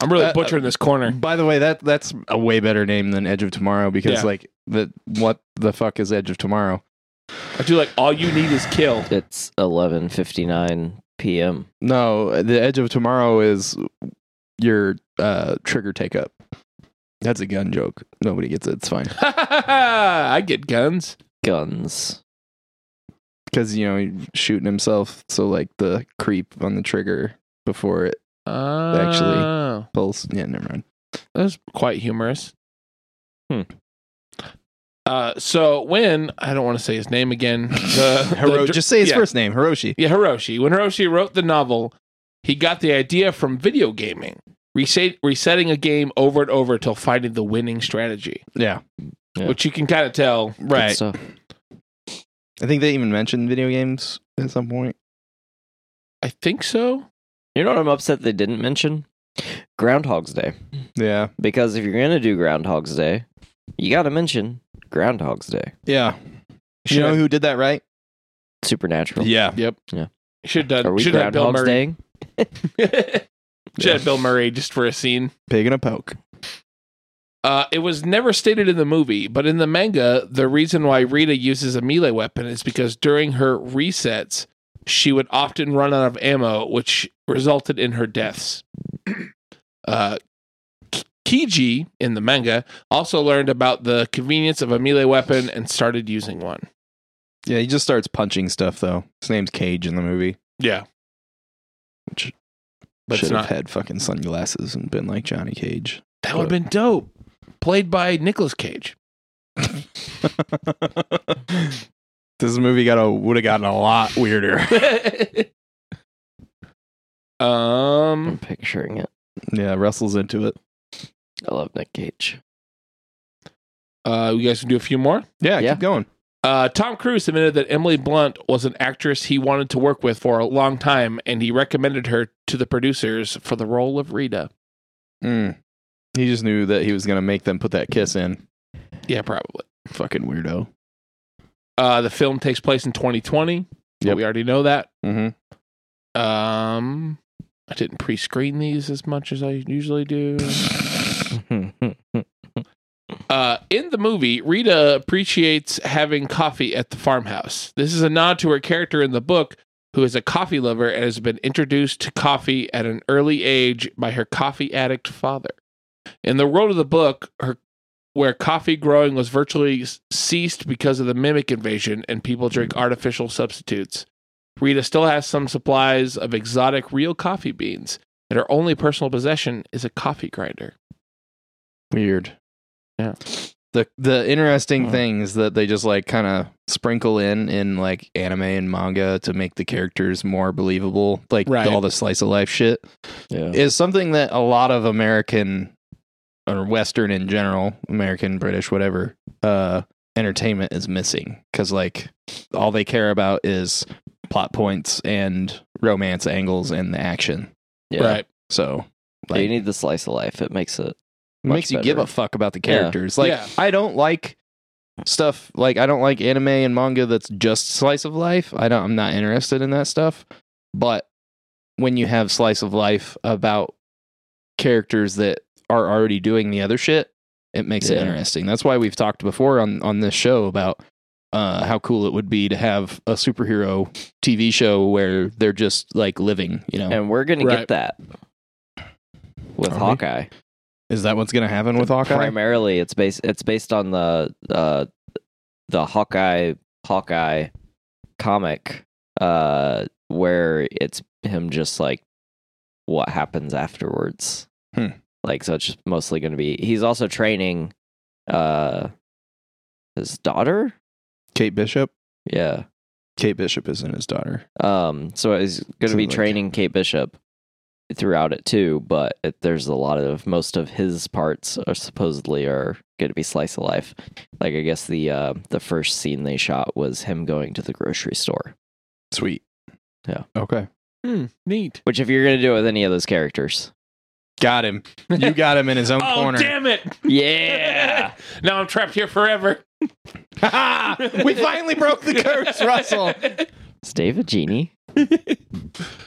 I'm really Uh, butchering this corner. By the way, that that's a way better name than Edge of Tomorrow because Yeah. like the what the fuck is Edge of Tomorrow? I do like all you need is kill. It's eleven fifty nine p.m. No, the Edge of Tomorrow is your uh trigger take up. That's a gun joke. Nobody gets it. It's fine. I get guns. Guns. Cuz you know, he's shooting himself so like the creep on the trigger before it Actually. Oh, pulls. Yeah, never mind. that was quite humorous. Hmm. Uh, so when I don't want to say his name again, the, the Hiro- dir- just say his yeah, first name, Hiroshi. Yeah, Hiroshi. When Hiroshi wrote the novel, he got the idea from video gaming, reset, resetting a game over and over till finding the winning strategy, Yeah. Yeah. which you can kind of tell. Good Right. stuff. I think they even mentioned video games at some point. I think so. You know what I'm upset they didn't mention? Groundhog's Day. Yeah. Because if you're gonna do Groundhog's Day, you got to mention Groundhog's Day. Yeah. You Should know have- who did that right? Supernatural. Yeah. Yep. Yeah. Should have Are done. we Should have Bill Groundhog's Murray. Day? should have Bill Murray just for a scene. Pig and a poke. Uh, it was never stated in the movie, but in the manga, the reason why Rita uses a melee weapon is because during her resets, she would often run out of ammo, which resulted in her deaths. uh, K- Kiji in the manga also learned about the convenience of a melee weapon and started using one. Yeah, he just starts punching stuff though. His name's Cage in the movie. Yeah. Which- but it's Should not. have had fucking sunglasses and been like Johnny Cage. that would have been dope. Played by Nicolas Cage. this movie got a would have gotten a lot weirder. I'm um. picturing it. yeah, Russell's into it. I love Nick Cage. Uh, you guys can do a few more. Yeah, Yeah. keep going. Uh, Tom Cruise admitted that Emily Blunt was an actress he wanted to work with for a long time, and he recommended her to the producers for the role of Rita. Mm. He just knew that he was gonna make them put that kiss in. Yeah, probably. Fucking weirdo. Uh, the film takes place in 2020. but Yep. We already know that. Mm-hmm. Um, I didn't pre-screen these as much as I usually do. Uh, in the movie, Rita appreciates having coffee at the farmhouse. This is a nod to her character in the book, who is a coffee lover and has been introduced to coffee at an early age by her coffee addict father. In the world of the book, her where coffee growing was virtually s- ceased because of the mimic invasion and people drink artificial substitutes. Rita still has some supplies of exotic real coffee beans, and her only personal possession is a coffee grinder. Weird. Yeah. The the interesting Hmm. things that they just like kind of sprinkle in in like anime and manga to make the characters more believable, like Right. all the slice of life shit, yeah. is something that a lot of American or Western in general, American, British, whatever, uh, entertainment is missing because like all they care about is plot points and romance angles and the action. yeah. Right. So Yeah, you need the slice of life. It makes it. It much makes you give better. a fuck about the Yeah. characters. Like Yeah. I don't like stuff like I don't like anime and manga that's just slice of life. I don't I'm not interested in that stuff. But when you have slice of life about characters that are already doing the other shit, it makes it Yeah. interesting. That's why we've talked before on on this show about uh, how cool it would be to have a superhero TV show where they're just like living, you know. And we're gonna Right. get that with Are we? Hawkeye. Is that what's going to happen with Hawkeye? Primarily, it's based. It's based on the uh, the Hawkeye Hawkeye comic, uh, where it's him just like what happens afterwards. Hmm. Like, so it's just mostly gonna be. He's also training, uh, his daughter. Kate Bishop? Yeah. Kate Bishop isn't his daughter. Um, so it's going So, to be like- training Kate Bishop throughout it too, but it, there's a lot of most of his parts are supposedly are going to be slice of life. Like I guess the uh, the first scene they shot was him going to the grocery store. Sweet. Yeah. Okay. Hmm, neat. Which if you're going to do it with any of those characters, Got him. You got him in his own oh, corner. damn it. yeah, now I'm trapped here forever. we finally broke the curse, Russell. is Dave a genie?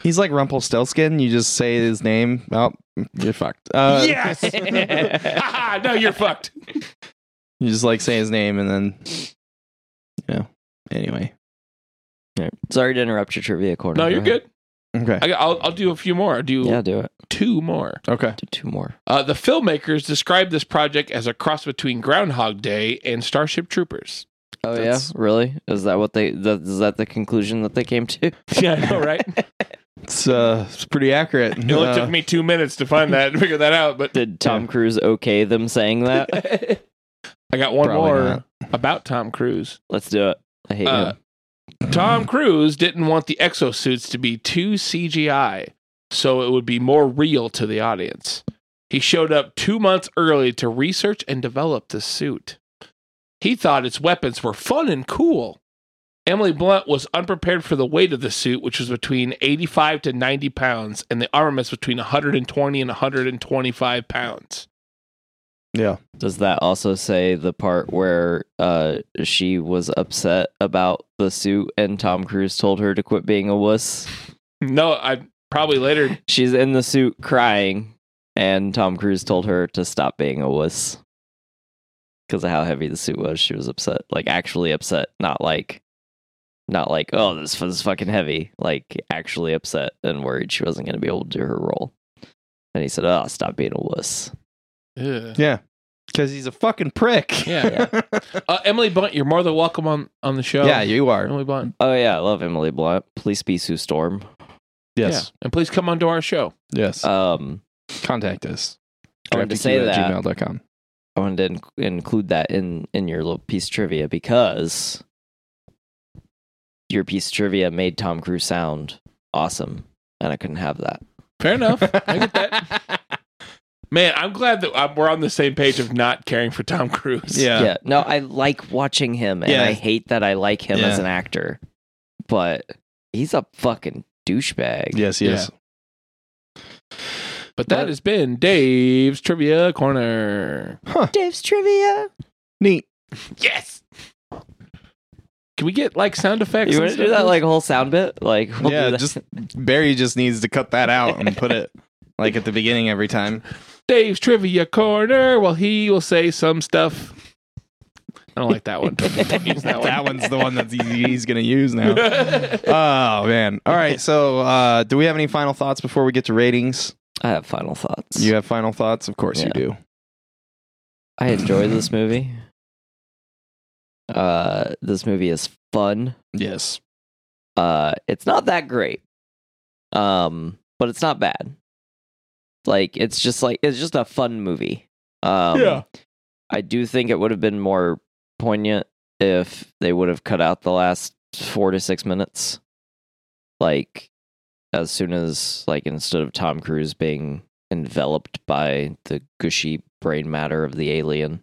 He's like Rumpelstiltskin. You just say his name. Oh, you're fucked. Uh, yes. Ha, ha, no, you're fucked. You just like say his name and then, you know. Anyway. Sorry to interrupt your trivia corner. No, Go you're ahead. good. Okay. I, will I'll do a few more. I'll do Yeah, do it. two more. Okay. Do two more. Uh, the filmmakers described this project as a cross between Groundhog Day and Starship Troopers. Oh That's- yeah, really? Is that what they? That, is that the conclusion that they came to? Yeah, I know, right? It's uh, it's pretty accurate. it only Uh, took me two minutes to find that and figure that out, but Did Tom Cruise okay them saying that? I got one Probably more not. about Tom Cruise. Let's do it. I hate Uh, him. Tom Cruise didn't want the exosuits to be too CGI, so it would be more real to the audience. He showed up two months early to research and develop the suit. He thought its weapons were fun and cool. Emily Blunt was unprepared for the weight of the suit, which was between 85 to 90 pounds, and the armaments between 120 and 125 pounds. yeah. Does that also say the part where uh, she was upset about the suit and Tom Cruise told her to quit being a wuss? No, I probably later. She's in the suit crying, and Tom Cruise told her to stop being a wuss because of how heavy the suit was. She was upset, like actually upset, not like, not like, oh, this was fucking heavy. Like actually upset and worried she wasn't going to be able to do her role. And he said, "Oh, stop being a wuss." Ugh. Yeah. Because he's a fucking prick. Yeah. Uh, Emily Blunt, you're more than welcome on, on the show. yeah, you are. Emily Blunt. Oh yeah, I love Emily Blunt. Please be Sue Storm. Yes. Yeah. And please come onto our show. Yes. Um, Contact us. uh, I wanted to say DraftDQ that. at gmail.com. I wanted to in- include that in in your little piece of trivia because your piece of trivia made Tom Cruise sound awesome, and I couldn't have that. Fair enough. I get that. Man, I'm glad that um, we're on the same page of not caring for Tom Cruise. Yeah. Yeah. No, I like watching him, and Yeah. I hate that I like him Yeah. as an actor, but he's a fucking douchebag. Yes, yes. But that has been Dave's Trivia Corner. Dave's trivia. Neat. Yes. Can we get like sound effects? You and want to do stuff? that like whole sound bit? Like we'll do yeah, that. just Barry just needs to cut that out and put it like at the beginning every time. Dave's Trivia Corner. Well, he will say some stuff. I don't like that one. Don't use that that one. one's the one that he- he's going to use now. Oh man! All right. So, uh, do we have any final thoughts before we get to ratings? I have final thoughts. You have final thoughts? Of course you Yeah. do. I enjoyed this movie. Uh, this movie is fun. Yes. uh it's not that great um but it's not bad like it's just like it's just a fun movie um Yeah. i do think it would have been more poignant if they would have cut out the last four to six minutes like as soon as like instead of tom cruise being enveloped by the gushy brain matter of the alien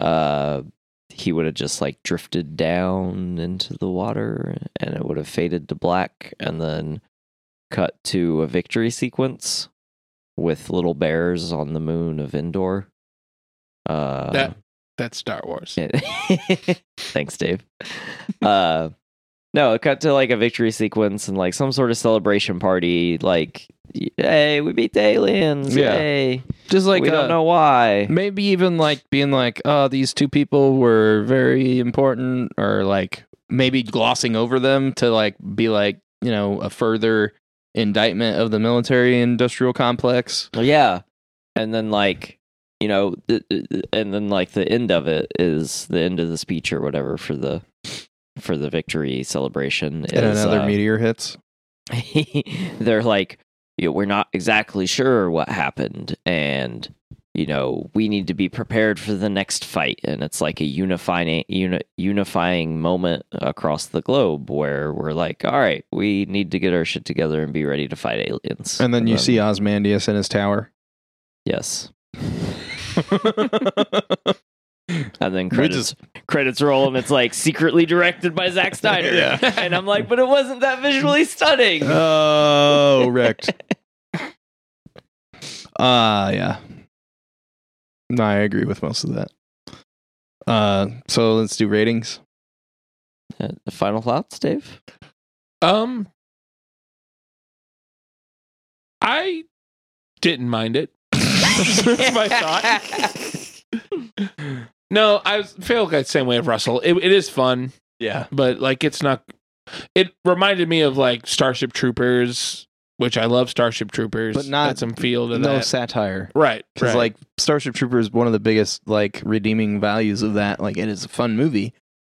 uh he would have just like drifted down into the water and it would have faded to black and then cut to a victory sequence with little bears on the moon of Endor. Uh, That- That's Star Wars. it- Thanks, Dave. Uh, no, it cut to like a victory sequence and like some sort of celebration party. Like, hey, we beat the aliens. Yeah. Yay. Just Like, like we uh, don't know why. Maybe even like being like, oh, these two people were very important, or like maybe glossing over them to like be like, you know, a further indictment of the military industrial complex. Well, yeah. And then like, you know, th- th- and then like the end of it is the end of the speech or whatever for the for the victory celebration And is another uh, meteor hits. they're like, you know, we're not exactly sure what happened, and you know, we need to be prepared for the next fight. And it's like a unifying, uni- unifying moment across the globe where we're like, all right, we need to get our shit together and be ready to fight aliens. And then you see Osmandius in his tower. yes, we and then credits credits roll, and it's like secretly directed by Zack Snyder. Yeah. Uh, And I'm like, but it wasn't that visually stunning. Oh, wrecked. Uh yeah. No, I agree with most of that. Uh so let's do ratings. Uh, Final thoughts, Dave? Um, I didn't mind it. That's my thought. No, I was- feel like the same way of Russell. It, it is fun, Yeah. but like it's not. It reminded me of like Starship Troopers, which I love Starship Troopers, But not- had some feel to No that. satire. right, Because right. like Starship Trooper is one of the biggest like redeeming values of that. Like it is a fun movie,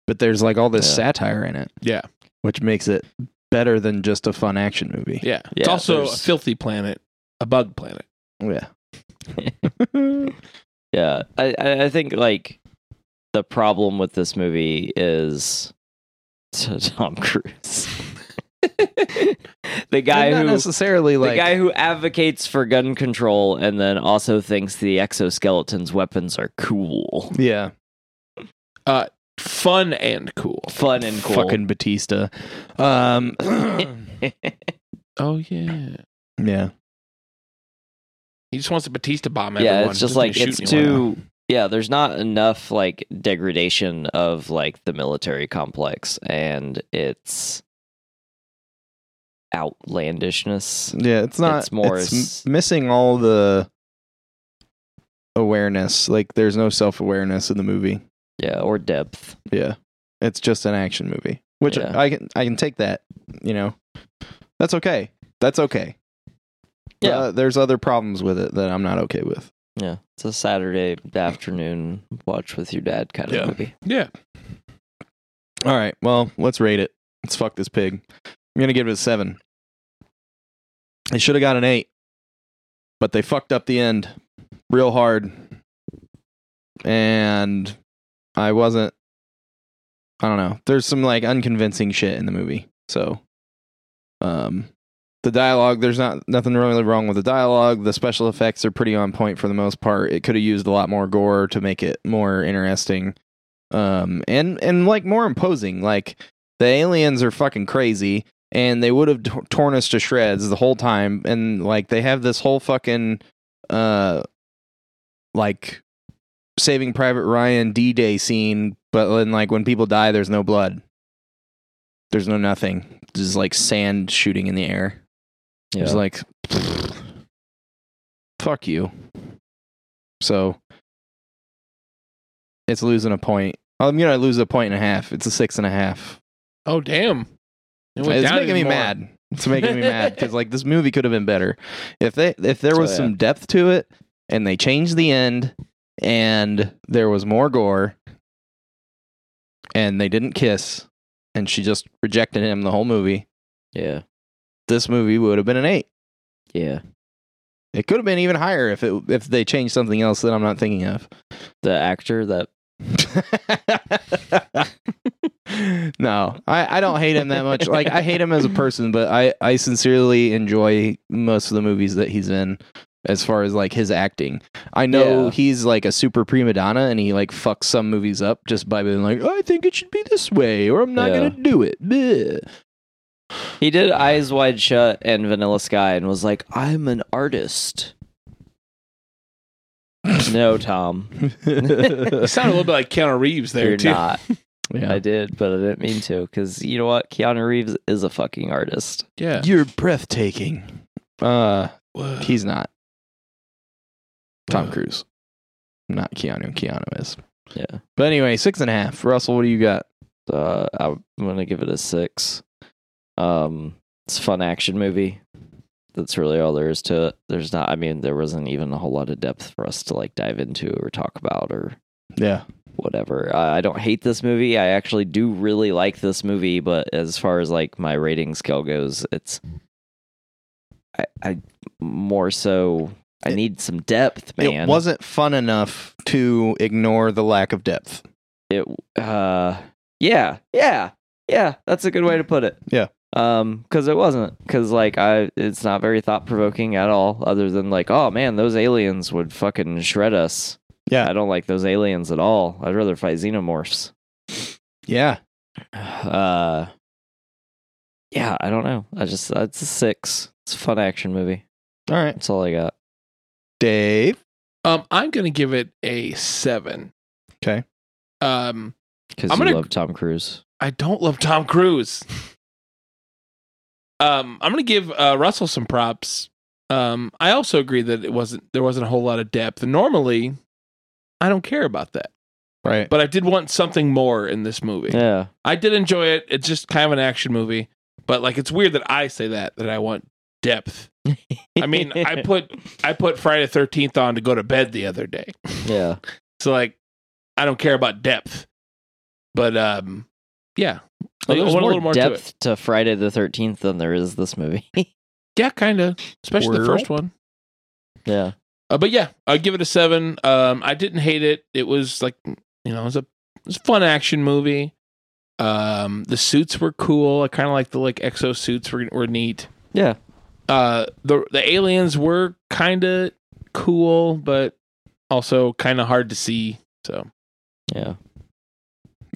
but there's like all this Yeah. satire in it. Yeah. Which makes it better than just a fun action movie. yeah. Yeah, it's also a there's- filthy planet, a bug planet. Yeah. Yeah, I I I think like the problem with this movie is Tom Cruise, the guy And not who necessarily the like guy who advocates for gun control and then also thinks the exoskeleton's weapons are cool, Yeah. Fun and cool. fun and cool. Fucking Batista. Um, Oh yeah. yeah. He just wants to Batista bomb everyone. yeah, it's just doesn't like shoot it's anyone. too. Yeah, there's not enough like degradation of like the military complex and its outlandishness. Yeah, it's not. It's more it's s- m- missing all the awareness. Like, there's no self awareness in the movie. Yeah, or depth. Yeah. It's just an action movie, which Yeah. I can I can take that. You know, that's okay. That's okay. Yeah. Uh, there's other problems with it that I'm not okay with. Yeah. It's a Saturday afternoon watch with your dad kind of Yeah. movie. Yeah. All right. Well, let's rate it. Let's fuck this pig. I'm gonna give it a seven. They should have got an eight, but they fucked up the end real hard, and I wasn't. I don't know. There's some like unconvincing shit in the movie, so um, The dialogue, there's not nothing really wrong with the dialogue. The special effects are pretty on point for the most part. It could have used a lot more gore to make it more interesting, um, and and like more imposing. Like the aliens are fucking crazy, and they would have t- torn us to shreds the whole time. And like they have this whole fucking uh, like Saving Private Ryan D Day scene, but then like when people die, there's no blood. There's no nothing. Just like sand shooting in the air. Yeah. It's like fuck you. So it's losing a point. I'm gonna lose a point and a half. It's a six and a half. Oh damn! It went It's down making me even more. mad. It's making me mad because like this movie could have been better if they if there Oh, was yeah. some depth to it and they changed the end and there was more gore and they didn't kiss and she just rejected him the whole movie. yeah, This movie would have been an eight. yeah. It could have been even higher if it if they changed something else that I'm not thinking of. The actor that no, I, I don't hate him that much. Like I hate him as a person, but I I sincerely enjoy most of the movies that he's in. As far as like his acting, I know Yeah. he's like a super prima donna, and he like fucks some movies up just by being like, "I think it should be this way," or "I'm not Yeah. gonna do it." Bleh. he did Eyes Wide Shut and Vanilla Sky and was like, "I'm an artist." no, Tom, You sound a little bit like Keanu Reeves there you're too. not. Yeah. I did, but I didn't mean to because you know what? Keanu Reeves is a fucking artist. Yeah. You're breathtaking. Uh, Whoa. He's not. Tom Whoa. Cruise. Not Keanu. Keanu is. Yeah. But anyway, six and a half. Russell, what do you got? Uh, I'm gonna give it a six. Um, it's a fun action movie. That's really all there is to it. There's not. I mean, there wasn't even a whole lot of depth for us to like dive into or talk about or Yeah. whatever. I, I don't hate this movie. I actually do really like this movie, but as far as like my rating scale goes, it's I, I more so. I It- need some depth, man. It wasn't fun enough to ignore the lack of depth. it uh yeah yeah yeah that's a good way to put it Yeah. um because it wasn't because like i it's not very thought-provoking at all other than like oh man those aliens would fucking shred us Yeah. i don't like those aliens at all i'd rather fight xenomorphs Yeah. uh yeah i don't know i just uh, it's a six it's a fun action movie All right. that's all i got Dave. Um, I'm gonna give it a seven. Okay. Um, because I'm you gonna- love tom cruise I don't love Tom Cruise. um, I'm gonna give uh, Russell some props. Um, I also agree that it wasn't there wasn't a whole lot of depth. Normally, I don't care about that, Right. but I did want something more in this movie. yeah I did enjoy it. It's just kind of an action movie, but like it's weird that I say that that I want depth. I mean, I put I put Friday Thirteenth on to go to bed the other day. yeah So like, I don't care about depth, but um, yeah, Well, I there's want more, a little more to it. depth to friday the 13th than there is this movie Yeah, kind of, especially the Squirrel. first one. yeah Uh, but yeah, I give it a seven. Um, I didn't hate it. It was like, you know, it was a it was a fun action movie. Um, the suits were cool. I kind of like the like exo suits were were neat. Yeah. Uh, the the aliens were kind of cool, but also kind of hard to see. So Yeah.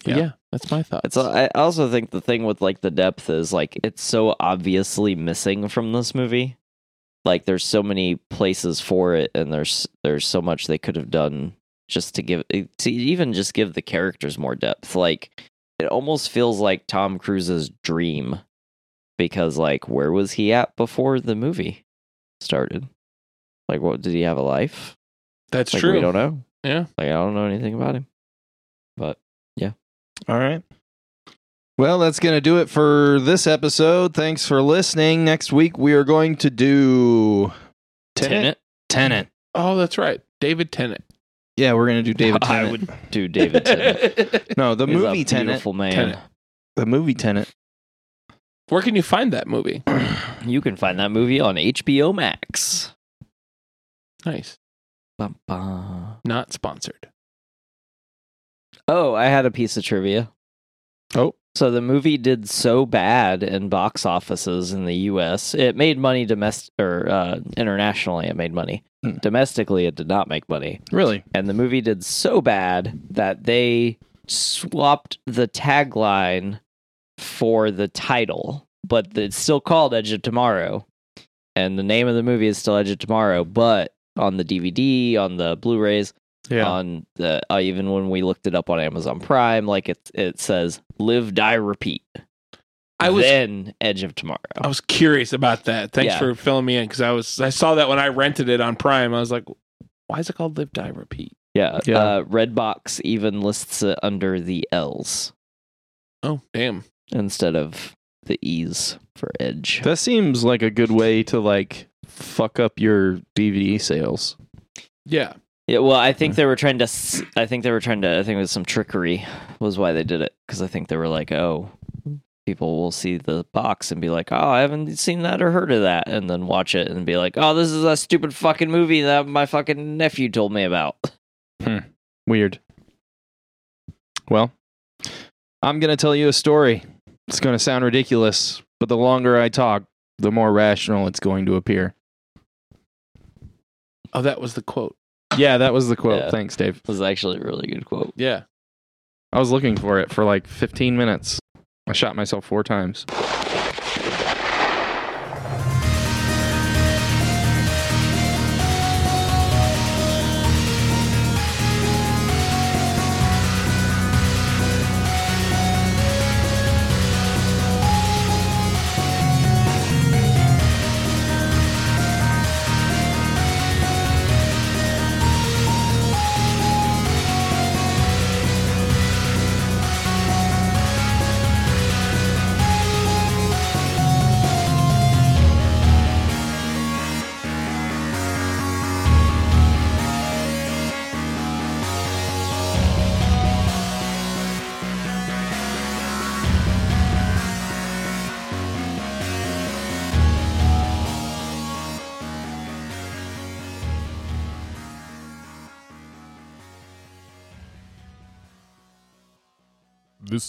but yeah. Yeah. that's my thoughts. It's I also think the thing with like the depth is like it's so obviously missing from this movie. Like there's so many places for it and there's there's so much they could have done just to give eh, to even just give the characters more depth. Like it almost feels like Tom Cruise's dream because like where was he at before the movie started? Like what did he have a life? that's like true. we don't know. Yeah. Like I don't know anything about him. But All right. Well, that's going to do it for this episode. Thanks for listening. Next week, we are going to do Tenet? Tenant. Oh, that's right, David Tennant. Yeah, we're going to do David I Tennant. would do David Tennant. No, the He's a movie Tenant. beautiful man. Tenet. The movie Tenant. Where can you find that movie? You can find that movie on HBO Max. Nice, Bum, bum. not sponsored. Oh, I had a piece of trivia. Oh. So the movie did so bad in box offices in the U.S. It made money domestic or uh, internationally. It made money. Hmm. Domestically, it did not make money. Really? And the movie did so bad that they swapped the tagline for the title, but it's still called Edge of Tomorrow. And the name of the movie is still Edge of Tomorrow, but on the DVD, on the Blu-rays, on the uh, even when we looked it up on Amazon Prime, like it it says "Live, Die, Repeat." I was then Edge of Tomorrow. I was curious about that. Thanks Yeah. for filling me in because I was I saw that when I rented it on Prime. I was like, why is it called Live Die Repeat? yeah, Yeah. Uh, Redbox even lists it under the L's Oh damn! instead of the E's for Edge. That seems like a good way to like fuck up your DVD sales. Yeah, Yeah, well, I think they were trying to. s- I think they were trying to. I think it was some trickery was why they did it because I think they were like, oh, people will see the box and be like, oh, I haven't seen that or heard of that, and then watch it and be like, oh, this is a stupid fucking movie that my fucking nephew told me about. Weird. Well, I'm going to tell you a story. It's going to sound ridiculous, but the longer I talk, the more rational it's going to appear. Oh, that was the quote. Yeah, that was the quote. Yeah. Thanks, Dave. It was actually a really good quote. Yeah. I was looking for it for like 15 minutes. I shot myself four times. This